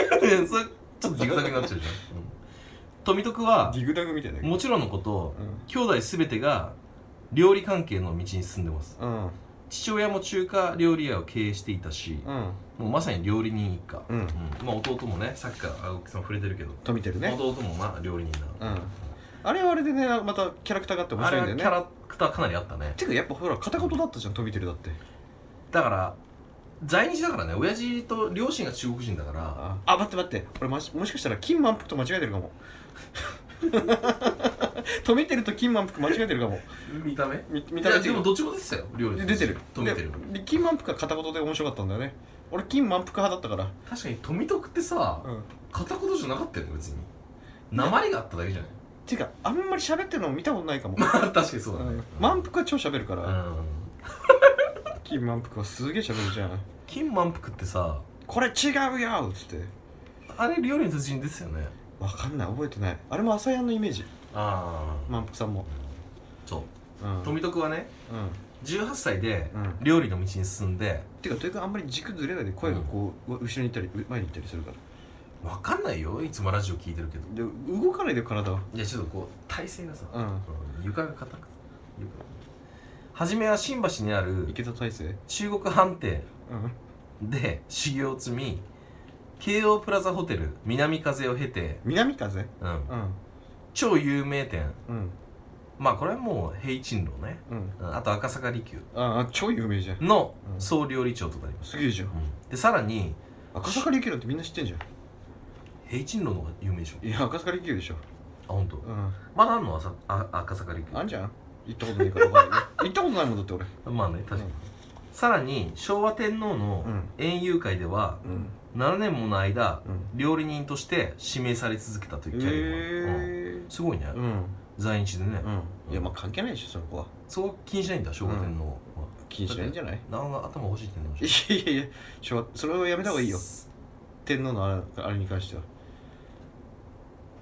Speaker 1: ちょっとジグザグになっちゃうじゃん、うん、富徳は
Speaker 2: ィグダグみたいな
Speaker 1: もちろんのこと
Speaker 2: う
Speaker 1: 兄弟すべてが料理関係の道に進んでます
Speaker 2: んうん
Speaker 1: 父親も中華料理屋を経営していたし、
Speaker 2: うん
Speaker 1: もうまさに料理人一家、
Speaker 2: うん
Speaker 1: まあ弟もねさっきから青木さん触れてるけど、
Speaker 2: 富テルね
Speaker 1: 弟もまあ料理人なの
Speaker 2: うんあれはあれでねまたキャラクターがあって面
Speaker 1: あれ
Speaker 2: 白い
Speaker 1: は
Speaker 2: ん
Speaker 1: キ
Speaker 2: だよね
Speaker 1: ャラクターかなりあったね
Speaker 2: てかやっぱほら片言だったじゃん飛びてるだって
Speaker 1: だから在日だからね親父と両親が中国人だから
Speaker 2: ああ待って待って俺ましもしかしたら金満腹と間違えてるかも (laughs) 飛びてると金満腹間違えてるかも
Speaker 1: 見た目
Speaker 2: み見
Speaker 1: い
Speaker 2: た目
Speaker 1: や
Speaker 2: 的
Speaker 1: で
Speaker 2: に
Speaker 1: もどっちも出てたよ料理
Speaker 2: で出てる
Speaker 1: 富めてる
Speaker 2: でで金満腹は片言で面白かったんだよね俺金満腹派だったか
Speaker 1: 確かに富徳ってさ
Speaker 2: らうん
Speaker 1: 片言じゃなかったよね別に鉛があっただけ
Speaker 2: (laughs)
Speaker 1: じゃない
Speaker 2: ていうかあんまり喋ってるの見たことないかも
Speaker 1: 確かにそうだ
Speaker 2: う
Speaker 1: ね
Speaker 2: ん満腹は超喋るか
Speaker 1: う
Speaker 2: ら、
Speaker 1: ん
Speaker 2: 金満腹はすげえ喋るじゃん
Speaker 1: 金満腹ってさ
Speaker 2: これ違うよっつって
Speaker 1: あれ料理の達人ですよね
Speaker 2: わかんない覚えてないあれも朝やんのイメージ
Speaker 1: ああ
Speaker 2: 満腹さんも
Speaker 1: そう
Speaker 2: うんうん
Speaker 1: 富徳はね18歳で
Speaker 2: うん
Speaker 1: 料理の道に進んで
Speaker 2: てかというかあんまり軸ずれないで声がこう、う後ろに行ったり前に行ったりするから
Speaker 1: わかんないよいつもラジオ聞いてるけど
Speaker 2: で動かないで体はい
Speaker 1: やちょっとこう体勢がさ
Speaker 2: うん
Speaker 1: うん床が硬くて床が初めは新橋にある
Speaker 2: 池田大成
Speaker 1: 中国飯店
Speaker 2: うん
Speaker 1: で修行を積み京王プラザホテル南風を経て、
Speaker 2: 南風
Speaker 1: うん、
Speaker 2: うん
Speaker 1: 超有名店
Speaker 2: うん
Speaker 1: まあこれはもう平珍楼ね、
Speaker 2: うん
Speaker 1: うんあと赤坂離宮
Speaker 2: ああ超有名じゃん
Speaker 1: の
Speaker 2: うん
Speaker 1: 総料理長となります、
Speaker 2: すげえじゃん
Speaker 1: でさらに
Speaker 2: 赤坂琉球なんてみんな知ってんじゃん
Speaker 1: 平珍楼の方が有名でしょ
Speaker 2: いや赤坂琉球でしょ
Speaker 1: あ本当。
Speaker 2: うん
Speaker 1: まだあんの朝あ赤坂離
Speaker 2: あんじゃん行ったことないから分かんないね行ったことないもんだって俺
Speaker 1: 宮まあね確かに、さらに昭和天皇の
Speaker 2: うん
Speaker 1: 園遊会では
Speaker 2: うん
Speaker 1: 7年もの間
Speaker 2: うん
Speaker 1: 料理人として指名され続けたというキャリアが、うん
Speaker 2: へえ
Speaker 1: すごいね、
Speaker 2: うん
Speaker 1: 在日でね、
Speaker 2: うんいやまあ関係ないでしょその子は
Speaker 1: そこ気にしないんだ昭和天皇は、
Speaker 2: 気にしないんじゃない
Speaker 1: なおが頭欲しいって言うん
Speaker 2: (laughs) い
Speaker 1: でし
Speaker 2: やいやいやちょそれをや
Speaker 1: ょ
Speaker 2: めた方がいいよ天皇のあれあれに関しては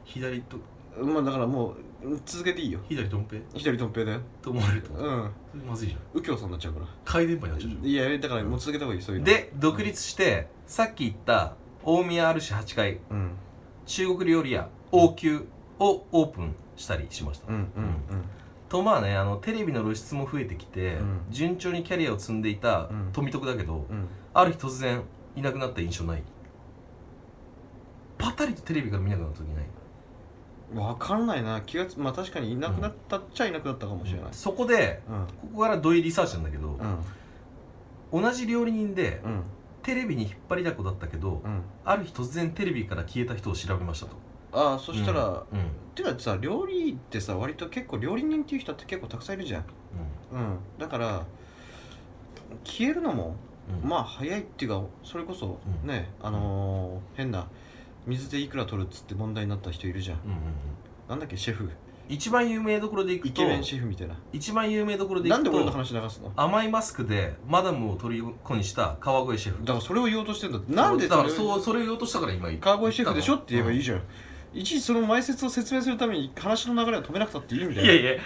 Speaker 1: 左と
Speaker 2: まあだからもううん続けていいよ
Speaker 1: 左ドンペ
Speaker 2: 左とんぺいだよ
Speaker 1: と思われると
Speaker 2: うん
Speaker 1: まずいじゃん
Speaker 2: 右京さんになっちゃうから
Speaker 1: 回電波になっちゃうじゃん
Speaker 2: いやだからもう続けた方がいいそういうの
Speaker 1: で独立してさっき言った大宮あるし8階
Speaker 2: うん
Speaker 1: 中国料理屋王宮をオープンしたりしました、
Speaker 2: うんうんうん
Speaker 1: とまあねあのテレビの露出も増えてきて、
Speaker 2: うん
Speaker 1: 順調にキャリアを積んでいた
Speaker 2: うん
Speaker 1: 富徳だけど、
Speaker 2: うん
Speaker 1: ある日突然いなくなった印象ないパタリとテレビから見なくなった時ない
Speaker 2: わかんないな気がつまあ確かにいなくなったっちゃいなくなったかもしれない
Speaker 1: そこで
Speaker 2: うん
Speaker 1: ここから土井リサーチなんだけど
Speaker 2: う、ん
Speaker 1: 同じ料理人で、
Speaker 2: うん
Speaker 1: テレビに引っ張りだこだったけど、
Speaker 2: うん
Speaker 1: ある日突然テレビから消えた人を調べましたと
Speaker 2: ああそしたら、
Speaker 1: うん、うん
Speaker 2: てかさ料理ってさ割と結構料理人っていう人って結構たくさんいるじゃんうんだから消えるのも
Speaker 1: うん
Speaker 2: まあ早いっていうかそれこそ
Speaker 1: うん
Speaker 2: ね、あのー変な水でいくら取るっつって問題になった人いるじゃん
Speaker 1: うんうんうん
Speaker 2: なんだっけシェフ
Speaker 1: 一番有名どころでいく
Speaker 2: イ
Speaker 1: と
Speaker 2: ケメンシェフみたいな
Speaker 1: 一番有名どころでい
Speaker 2: な
Speaker 1: く
Speaker 2: んで俺の
Speaker 1: と
Speaker 2: 話流すの
Speaker 1: 甘いマスクでマダムを虜にした川越シェフ
Speaker 2: だからそれを言おうとしてんだってなんで
Speaker 1: だ
Speaker 2: そ
Speaker 1: から
Speaker 2: れ
Speaker 1: そ
Speaker 2: を
Speaker 1: うそれを言おうとしたから今言った
Speaker 2: 川越シェフでしょって言えばいい
Speaker 1: じ
Speaker 2: じゃん、いちいちその前説を説明するために話の流れを止めなくたっていいんだよ
Speaker 1: いやいや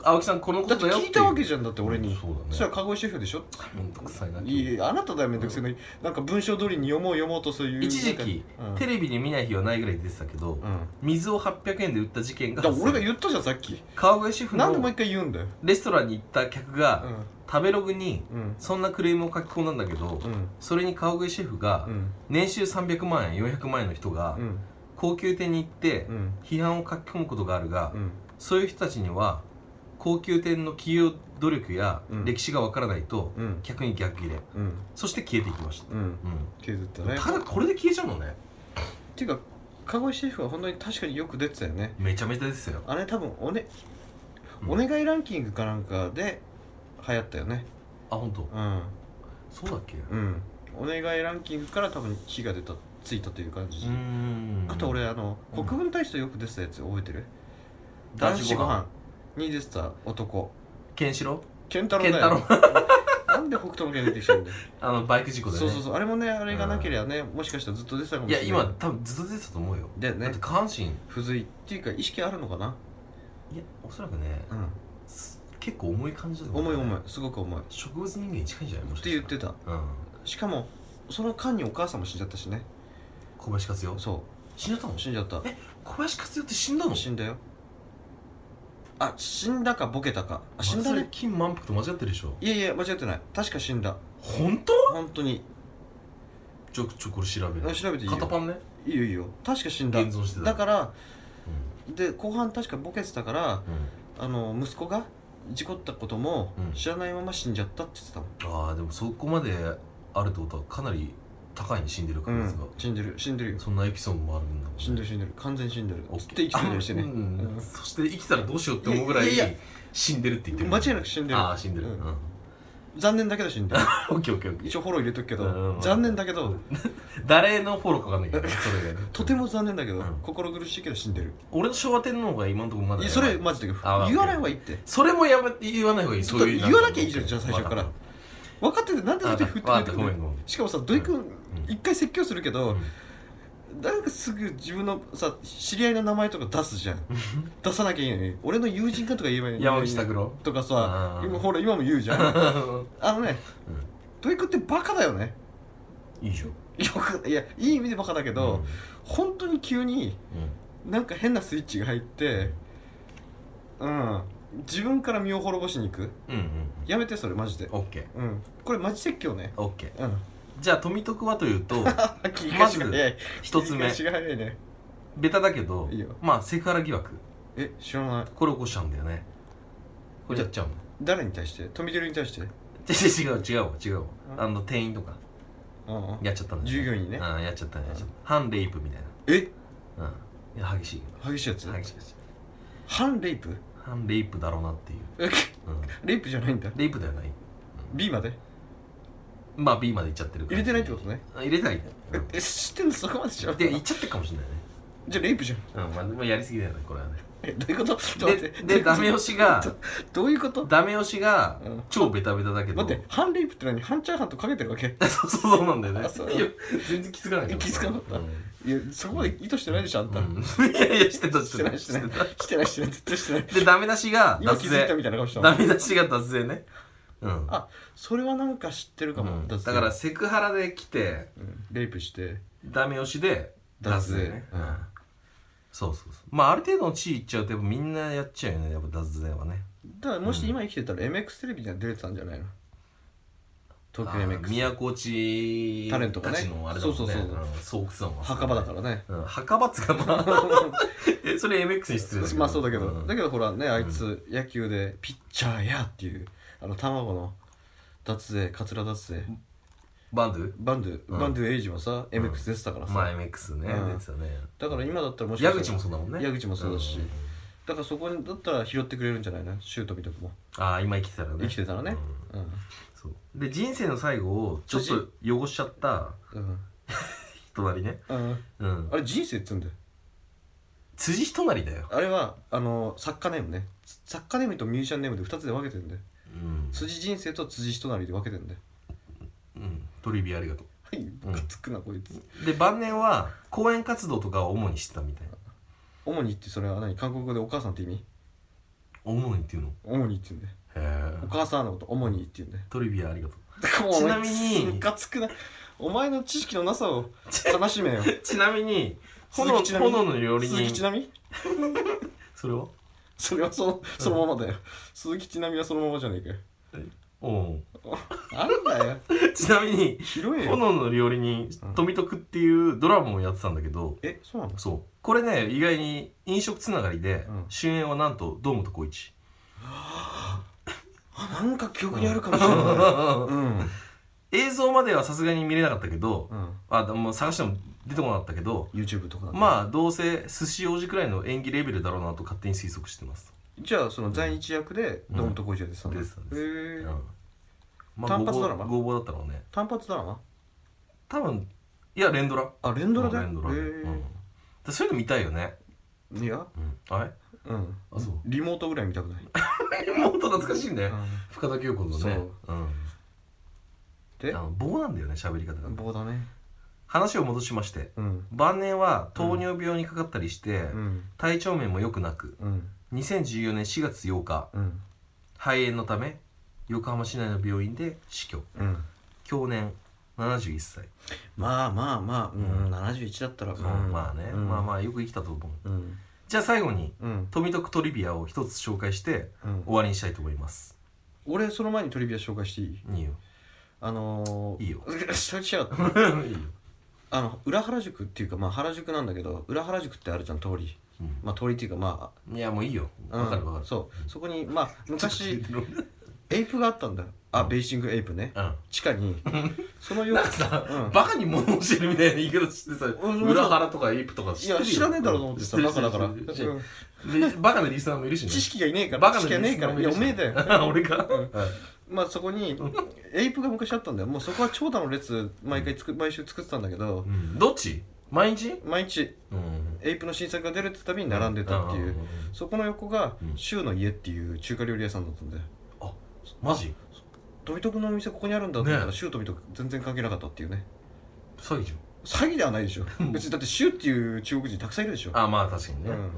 Speaker 1: 青木さんこのこ
Speaker 2: だ
Speaker 1: と
Speaker 2: っ
Speaker 1: だ
Speaker 2: て
Speaker 1: よ
Speaker 2: 聞いたわけ
Speaker 1: じ
Speaker 2: じゃんだって俺に、
Speaker 1: そう
Speaker 2: そし
Speaker 1: だ
Speaker 2: た
Speaker 1: ね
Speaker 2: ら川越シェフでしょ
Speaker 1: めんどくさいない
Speaker 2: やいやあなただよめんどくせえのになんか文章通りに読もう読もうとそういう
Speaker 1: 一時期、
Speaker 2: なんか
Speaker 1: テレビに見ない日はないぐらい出てたけど、
Speaker 2: うん、うん
Speaker 1: 水を800円で売った事件が
Speaker 2: だから
Speaker 1: 発
Speaker 2: 俺が
Speaker 1: 生
Speaker 2: 言ったじゃんさっき
Speaker 1: 川越シェフ
Speaker 2: なんでもう
Speaker 1: の
Speaker 2: 一回言うんだよ
Speaker 1: レストランに行った客が、
Speaker 2: う
Speaker 1: 食べログに
Speaker 2: んうん
Speaker 1: そんなクレームを書き込んだんだけど、
Speaker 2: うん
Speaker 1: それに川越シェフが
Speaker 2: うん
Speaker 1: 年収300万円400万円の人が
Speaker 2: うん
Speaker 1: 高級店に行って
Speaker 2: うん
Speaker 1: 批判を書き込むことがあるが、
Speaker 2: うん
Speaker 1: そういう人たちには高級店の企業努力や
Speaker 2: うん
Speaker 1: 歴史がわからないと
Speaker 2: うん
Speaker 1: 客に逆切れ
Speaker 2: うん
Speaker 1: そして消えていきました、
Speaker 2: うん
Speaker 1: う
Speaker 2: 削った
Speaker 1: ん、
Speaker 2: ね
Speaker 1: ただこれで消えちゃうのね
Speaker 2: ていうか川越シェフは本当に確かによく出てたよね
Speaker 1: めちゃめちゃですよ
Speaker 2: あれ多分おね
Speaker 1: うん
Speaker 2: お願いランキングかなんかで流行ったよね
Speaker 1: あ本当
Speaker 2: うん
Speaker 1: そうだっけう
Speaker 2: うんお願いランキングから多分火が出たついたという感じ
Speaker 1: ーん
Speaker 2: あと俺あの
Speaker 1: うん
Speaker 2: 国分大使とよく出てたやつ覚えてる
Speaker 1: 男
Speaker 2: 男
Speaker 1: 子
Speaker 2: 子
Speaker 1: ご
Speaker 2: ご
Speaker 1: 飯
Speaker 2: 飯に出てた男
Speaker 1: ケンシロウ
Speaker 2: ケンタロウだよ (laughs) なんで北斗の拳出てきたんだよ
Speaker 1: (laughs) あのバイク事故でね
Speaker 2: そうそうそうあれもねあれがなければねもしかしたらずっと出てたかもしれ
Speaker 1: や
Speaker 2: ない
Speaker 1: 今多分ずっと出てたと思うよ
Speaker 2: だよ
Speaker 1: だっ
Speaker 2: ね
Speaker 1: て下半身
Speaker 2: 不随っていうか意識あるのかない
Speaker 1: やおそらくね
Speaker 2: うん
Speaker 1: す結構重い感じだと思
Speaker 2: 重
Speaker 1: う
Speaker 2: い重いすごく重い
Speaker 1: 植物人間に近いんじゃないもし
Speaker 2: っ
Speaker 1: か
Speaker 2: て
Speaker 1: し
Speaker 2: 言って
Speaker 1: た
Speaker 2: た
Speaker 1: らうん
Speaker 2: しかもその間にお母さんも死んじゃったしね
Speaker 1: 小林克代
Speaker 2: そ
Speaker 1: 死んじゃったの
Speaker 2: う死んじゃった
Speaker 1: え小林克代って死んだの
Speaker 2: 死んだよあ死んだかボケたかあ死んだ
Speaker 1: 松井
Speaker 2: ね
Speaker 1: 金満腹と間違ってるでしょ
Speaker 2: いやいや間違ってない確か死んだ
Speaker 1: 本当
Speaker 2: 本当に
Speaker 1: ちょちょこれ調べ
Speaker 2: あ
Speaker 1: る
Speaker 2: 調べていいよ
Speaker 1: 片パンね
Speaker 2: いいよいいよ確か死んだ
Speaker 1: 現存してた
Speaker 2: だからで後半確かボケてたからあの息子が事故ったことも
Speaker 1: うん
Speaker 2: 知らないまま死んじゃったって言ってたもん
Speaker 1: ああでもそこまであるってことはかなり高いに死んでる可能性が、
Speaker 2: 死んでる死んでるよ
Speaker 1: そんなエピソードもあるんだもん
Speaker 2: 死んでる死んでる完全に死んでる
Speaker 1: オッ
Speaker 2: つっ
Speaker 1: ケ
Speaker 2: て
Speaker 1: ー
Speaker 2: 生きてるようにしてね、
Speaker 1: あうんそして生きたらどうしようって思うぐらい
Speaker 2: いやいや
Speaker 1: 死んでるって言ってる
Speaker 2: 間違いなく死んでる
Speaker 1: ああ死んでる、
Speaker 2: う
Speaker 1: うんん、
Speaker 2: 残念だけど死んでる
Speaker 1: オッケーオッケーオッケ
Speaker 2: 一
Speaker 1: ー
Speaker 2: 応フォロー入れとくけど、
Speaker 1: うん
Speaker 2: 残念だけど
Speaker 1: 誰のフォローかわかんないけどそれがね
Speaker 2: (laughs) とても残念だけど、
Speaker 1: うん
Speaker 2: 心苦しいけど死んでる、
Speaker 1: 俺の昭和天皇が今のところまだ
Speaker 2: い
Speaker 1: や
Speaker 2: や
Speaker 1: ばい
Speaker 2: それマジで言
Speaker 1: あ
Speaker 2: わない方がいいって
Speaker 1: それもやめ言わない方がいい
Speaker 2: ちょっと
Speaker 1: そういう
Speaker 2: 言わなきゃいいじゃんじゃあ最初から
Speaker 1: わ
Speaker 2: 分かっててなんで
Speaker 1: かっ
Speaker 2: だって
Speaker 1: た
Speaker 2: 振って
Speaker 1: わかっ
Speaker 2: くれ
Speaker 1: てた
Speaker 2: る
Speaker 1: ごめんごめん
Speaker 2: しかもさ土井君一回説教するけど、
Speaker 1: うん
Speaker 2: なんかすぐ自分のさ知り合いの名前とか出すじゃん出さなきゃいいのに俺の友人かとか言えばいいのに
Speaker 1: 山口拓郎
Speaker 2: とか
Speaker 1: あ
Speaker 2: さ
Speaker 1: ー
Speaker 2: 今ほら今も言うじゃんあのね
Speaker 1: うん
Speaker 2: 土井君ってバカだよね
Speaker 1: (laughs) いいじゃん
Speaker 2: よくいやいい意味でバカだけど、本当に急に
Speaker 1: うんうん
Speaker 2: なんか変なスイッチが入ってうん自分から身を滅ぼしに行く
Speaker 1: うんうん
Speaker 2: やめてそれマジで
Speaker 1: オッケー
Speaker 2: うんこれマジ説教ね
Speaker 1: オッケー
Speaker 2: うん
Speaker 1: じゃあ富徳はという
Speaker 2: (laughs)
Speaker 1: と
Speaker 2: 切り返しが早い
Speaker 1: 一つ
Speaker 2: 切り返
Speaker 1: 目
Speaker 2: しが早いね
Speaker 1: ベタだけど
Speaker 2: いいよ
Speaker 1: まあセクハラ疑惑
Speaker 2: え知らない
Speaker 1: これ起こしちゃうんだよねこれやっちゃうの
Speaker 2: 誰に対して富輝に対して
Speaker 1: 違う違うわ違うわ
Speaker 2: うん
Speaker 1: あの店員とか
Speaker 2: うんうん
Speaker 1: やっちゃったんだ
Speaker 2: 従業員にね
Speaker 1: うんやっちゃったねやっちゃった反レイプみたい
Speaker 2: え
Speaker 1: なうんいや激しいよ
Speaker 2: 激しいやつ
Speaker 1: 激しい激しい
Speaker 2: 反レイプ (laughs)
Speaker 1: 反レイプだろうなっていう
Speaker 2: え
Speaker 1: うん
Speaker 2: レイプじゃないんだ
Speaker 1: レイプではない
Speaker 2: B まで
Speaker 1: まあ B まで行っちゃってるから
Speaker 2: 入れてないってことね
Speaker 1: と入れてない
Speaker 2: (laughs)
Speaker 1: んだよ
Speaker 2: ええ知ってんのそこまで知ら
Speaker 1: うん
Speaker 2: ない
Speaker 1: で行っちゃってるかもしれないね
Speaker 2: じゃあレイプじゃん
Speaker 1: うんまあでもやりすぎだよねこれはね
Speaker 2: えどういうことちょっと待っ
Speaker 1: で
Speaker 2: て
Speaker 1: でダメ押しが
Speaker 2: どういうこと
Speaker 1: ダメ押しが
Speaker 2: うん
Speaker 1: 超ベタベタだけど
Speaker 2: 待って半レイプって何半チャーハンとかけてるわけ
Speaker 1: (laughs) そうそうそうなんだよね
Speaker 2: あそう
Speaker 1: いや全然気づかなかった
Speaker 2: 気づかなかった
Speaker 1: うん
Speaker 2: いやそこまで意図してないでしょあんた、
Speaker 1: うんいやいやしてた
Speaker 2: してないしてないしてないしてない絶対してない
Speaker 1: でダメ出しが
Speaker 2: 今気
Speaker 1: 脱
Speaker 2: づいた
Speaker 1: 税
Speaker 2: みたいな顔した
Speaker 1: ダ
Speaker 2: の
Speaker 1: メ出しが脱税ねうん
Speaker 2: あそれはなんか知ってるかも、
Speaker 1: うんだ
Speaker 2: 脱税
Speaker 1: から、セクハラで来て
Speaker 2: うんレイプして
Speaker 1: ダメ押しで
Speaker 2: 脱
Speaker 1: 脱
Speaker 2: 税
Speaker 1: 税
Speaker 2: ね
Speaker 1: ねうんそうそうそうまあある程度の地位いっちゃうとやっぱみんなやっちゃうよねやっぱ脱税はね
Speaker 2: だからもし今生きてたら MX テレビには出れてたんじゃないの東京 MX
Speaker 1: 宮古地
Speaker 2: タレントが
Speaker 1: た
Speaker 2: ね
Speaker 1: ちのあれだもんね
Speaker 2: そうそうそう
Speaker 1: そうそうそう
Speaker 2: 墓場だからね
Speaker 1: ら、うん、墓場っつうかまあえそれ MX に失礼
Speaker 2: (laughs) まあそうだけど、
Speaker 1: ん
Speaker 2: だけどほらねあいつ野球でピッチャーやっていうあの卵の脱税カツラ脱税
Speaker 1: バンドゥ
Speaker 2: バンドゥ、
Speaker 1: うん
Speaker 2: バンドゥエイジもさ、
Speaker 1: ん
Speaker 2: MX 出てたからさ、
Speaker 1: まあ MX ね、
Speaker 2: うん
Speaker 1: ですよね
Speaker 2: だから今だったらもしか
Speaker 1: 矢
Speaker 2: し
Speaker 1: 口
Speaker 2: たら
Speaker 1: もそうだもんね
Speaker 2: 矢口もそうだし
Speaker 1: ん
Speaker 2: だからそこだったら拾ってくれるんじゃないのシュート見とくも
Speaker 1: ああ今生きてたらね
Speaker 2: 生きてたらねうん
Speaker 1: そうで人生の最後をちょっと汚しちゃった
Speaker 2: うん、
Speaker 1: 人なりね
Speaker 2: うん、
Speaker 1: うん
Speaker 2: あれ人生っつうんだよ
Speaker 1: 辻人なりだよ
Speaker 2: あれはあの作家ネームねつ作家ネームとミュージシャンネームで2つで分けてるんだよ
Speaker 1: うん、
Speaker 2: 辻人生と辻人なりで分けてるんだよ
Speaker 1: うん、トリビアありがと
Speaker 2: はいムカつくなこいつ
Speaker 1: うで晩年は講演活動とかを主にしてたみたいな
Speaker 2: 主にってそれは何韓国語でお母さんって意味
Speaker 1: 主にっていうのへ
Speaker 2: 主にって言うんだよ
Speaker 1: え
Speaker 2: お母さんのこと主にって言うんだよ
Speaker 1: トリビアありがとう
Speaker 2: お前
Speaker 1: なみに
Speaker 2: ムカつくなお前の知識のなさを悲しめよ
Speaker 1: (laughs) ちなみに
Speaker 2: 鈴
Speaker 1: 炎
Speaker 2: 木ちなみに
Speaker 1: 炎の料理
Speaker 2: 鈴木ち
Speaker 1: 人
Speaker 2: なみ
Speaker 1: それは
Speaker 2: (laughs) それはそのそのままだよ、鈴木ちなみはそのままじゃねえかよ
Speaker 1: おう (laughs)
Speaker 2: あるんだよ
Speaker 1: ちなみに
Speaker 2: 広いよ
Speaker 1: 炎の料理人
Speaker 2: うん
Speaker 1: 富徳っていうドラマもやってたんだけど
Speaker 2: えそうなの
Speaker 1: そうこれね意外に飲食つながりで、
Speaker 2: うん
Speaker 1: 主演はなんと堂本光一
Speaker 2: あなんか記憶にあるかもしれないうん、
Speaker 1: 映像まではさすがに見れなかったけど、
Speaker 2: うん、
Speaker 1: あでも探しても出てこなかったけど
Speaker 2: YouTube とかだね
Speaker 1: まあどうせ寿司王子くらいの演技レベルだろうなと勝手に推測してます、
Speaker 2: じゃあその在日役で
Speaker 1: うん
Speaker 2: ドンとこいじゃ出てたんだ、
Speaker 1: 出てたんです
Speaker 2: へ
Speaker 1: う
Speaker 2: え
Speaker 1: んまあ
Speaker 2: 単発ドラマ
Speaker 1: ごぼうごぼうだったろうね
Speaker 2: 単発ドラマ
Speaker 1: 多分いや連ドラ
Speaker 2: あ連ドラだよ
Speaker 1: うん連ドラで、
Speaker 2: へ
Speaker 1: うんでそういうの見たいよね、
Speaker 2: えいや
Speaker 1: うん、あれ
Speaker 2: うん
Speaker 1: あそう
Speaker 2: リモートぐらい見たくない、
Speaker 1: もっと懐かしいんだよ深田恭子のね
Speaker 2: そう
Speaker 1: うん
Speaker 2: で
Speaker 1: あの棒なんだよね喋り方が
Speaker 2: 棒だね
Speaker 1: 話を戻しまして
Speaker 2: うん
Speaker 1: 晩年は糖尿病にかかったりして、
Speaker 2: うん
Speaker 1: 体調面も良くなく
Speaker 2: うん
Speaker 1: 2014年4月8日
Speaker 2: うん
Speaker 1: 肺炎のため横浜市内の病院で死去
Speaker 2: うん
Speaker 1: 享年71歳、
Speaker 2: まあまあまあ、うん、71だったら、
Speaker 1: うんまあね、
Speaker 2: うん、
Speaker 1: まあまあよく生きたと思う
Speaker 2: うん
Speaker 1: じゃあ最後に
Speaker 2: うん、
Speaker 1: 富徳トリビアを一つ紹介して
Speaker 2: うん
Speaker 1: 終わりにしたいと思います
Speaker 2: 俺その前にトリビア紹介していい
Speaker 1: いいよ
Speaker 2: あのー、
Speaker 1: いい
Speaker 2: (laughs)
Speaker 1: よ
Speaker 2: 下にしちゃう
Speaker 1: いいよ
Speaker 2: あの裏原宿っていうかまあ原宿なんだけど裏原宿ってあるじゃん通り
Speaker 1: うん
Speaker 2: まあ通りっていうかま
Speaker 1: いやもういいよ
Speaker 2: あ、う
Speaker 1: わ
Speaker 2: ん
Speaker 1: かるわかる
Speaker 2: そうそこ
Speaker 1: (laughs)
Speaker 2: にまあ昔
Speaker 1: ちょっと聞いてる
Speaker 2: エイプがあったんだよあ、ベーシングエイプね
Speaker 1: 俺うん
Speaker 2: 地
Speaker 1: (laughs)
Speaker 2: 下にその
Speaker 1: なん
Speaker 2: 横
Speaker 1: かさ、
Speaker 2: うん
Speaker 1: バカに物教えるみたいな言い方してさ、
Speaker 2: ん
Speaker 1: 裏腹とかエイプとか知
Speaker 2: い
Speaker 1: ってるよ
Speaker 2: や知らねえだろうと思ってさ
Speaker 1: 知
Speaker 2: バ
Speaker 1: って
Speaker 2: カだ
Speaker 1: る
Speaker 2: から、
Speaker 1: 知ってる知ってる
Speaker 2: う
Speaker 1: でバカなリスナーもいるし
Speaker 2: ん
Speaker 1: ね。
Speaker 2: 知識がいねえから
Speaker 1: バカ
Speaker 2: 知識が
Speaker 1: な
Speaker 2: ね
Speaker 1: リ
Speaker 2: え
Speaker 1: スナ
Speaker 2: か
Speaker 1: ー
Speaker 2: ら
Speaker 1: も
Speaker 2: い
Speaker 1: いる
Speaker 2: や
Speaker 1: し
Speaker 2: おめえだよ
Speaker 1: (laughs) 俺か、
Speaker 2: まあそこにエイプが昔あったんだよもうそこは長蛇の列毎回つく毎週作ってたんだけど
Speaker 1: うんどっち毎日
Speaker 2: 毎日
Speaker 1: うん。
Speaker 2: エイプの新作が出るってたびに並んでたっていうそこの横が
Speaker 1: うん
Speaker 2: 柊の家っていう中華料理屋さんだったんで
Speaker 1: マジ
Speaker 2: 富徳のお店ここにあるんだって言ったら
Speaker 1: ね
Speaker 2: 柊と富徳全然関係なかったっていうね
Speaker 1: 詐欺じ
Speaker 2: 詐欺ではないでしょ別にだって柊っていう中国人たくさんいるでしょ
Speaker 1: ゃん。あ、まあ確かにね。
Speaker 2: う
Speaker 1: うんん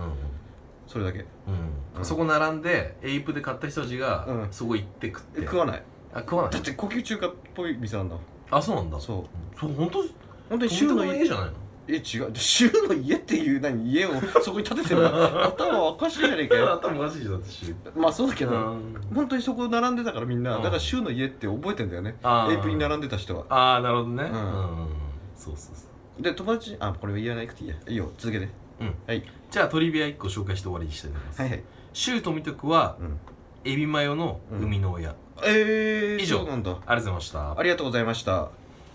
Speaker 2: それだけ
Speaker 1: うん
Speaker 2: うん
Speaker 1: そこ並んで、エイプで買った人たち
Speaker 2: う
Speaker 1: が、
Speaker 2: ん
Speaker 1: そこ行って食っ
Speaker 2: え
Speaker 1: て。
Speaker 2: 食わない
Speaker 1: あ、食わな
Speaker 2: だ
Speaker 1: い
Speaker 2: って高級中華っぽい店なんだ
Speaker 1: あ、そうなんだ。
Speaker 2: そう
Speaker 1: そう、本当
Speaker 2: 本当に
Speaker 1: シュ
Speaker 2: 柊
Speaker 1: ー
Speaker 2: の
Speaker 1: の家
Speaker 2: 家
Speaker 1: じゃないの
Speaker 2: え違う柊の家っていう何家をそこに建ててる (laughs) 頭おかしいじゃねえかよ
Speaker 1: 頭おかしいじゃん、シュ
Speaker 2: まあそうだけど、
Speaker 1: ー。
Speaker 2: 本当にそこ並んでたからみんな、
Speaker 1: うん
Speaker 2: だから柊の家って覚えてんだよね
Speaker 1: あー
Speaker 2: エイプに並んでた人は
Speaker 1: あー、なるほどね。
Speaker 2: う
Speaker 1: うんん。そうそうそう。
Speaker 2: で友達あこれは言わなくていいやいいよ続けて
Speaker 1: うん
Speaker 2: はい
Speaker 1: じゃあトリビア1個紹介して終わりにしたいと思います、
Speaker 2: はいはい、
Speaker 1: シュートミトクは
Speaker 2: うん、
Speaker 1: エビマヨの生みの親、
Speaker 2: えー、
Speaker 1: 以上
Speaker 2: そうなんだ
Speaker 1: ありがとうございました
Speaker 2: ありがとうございました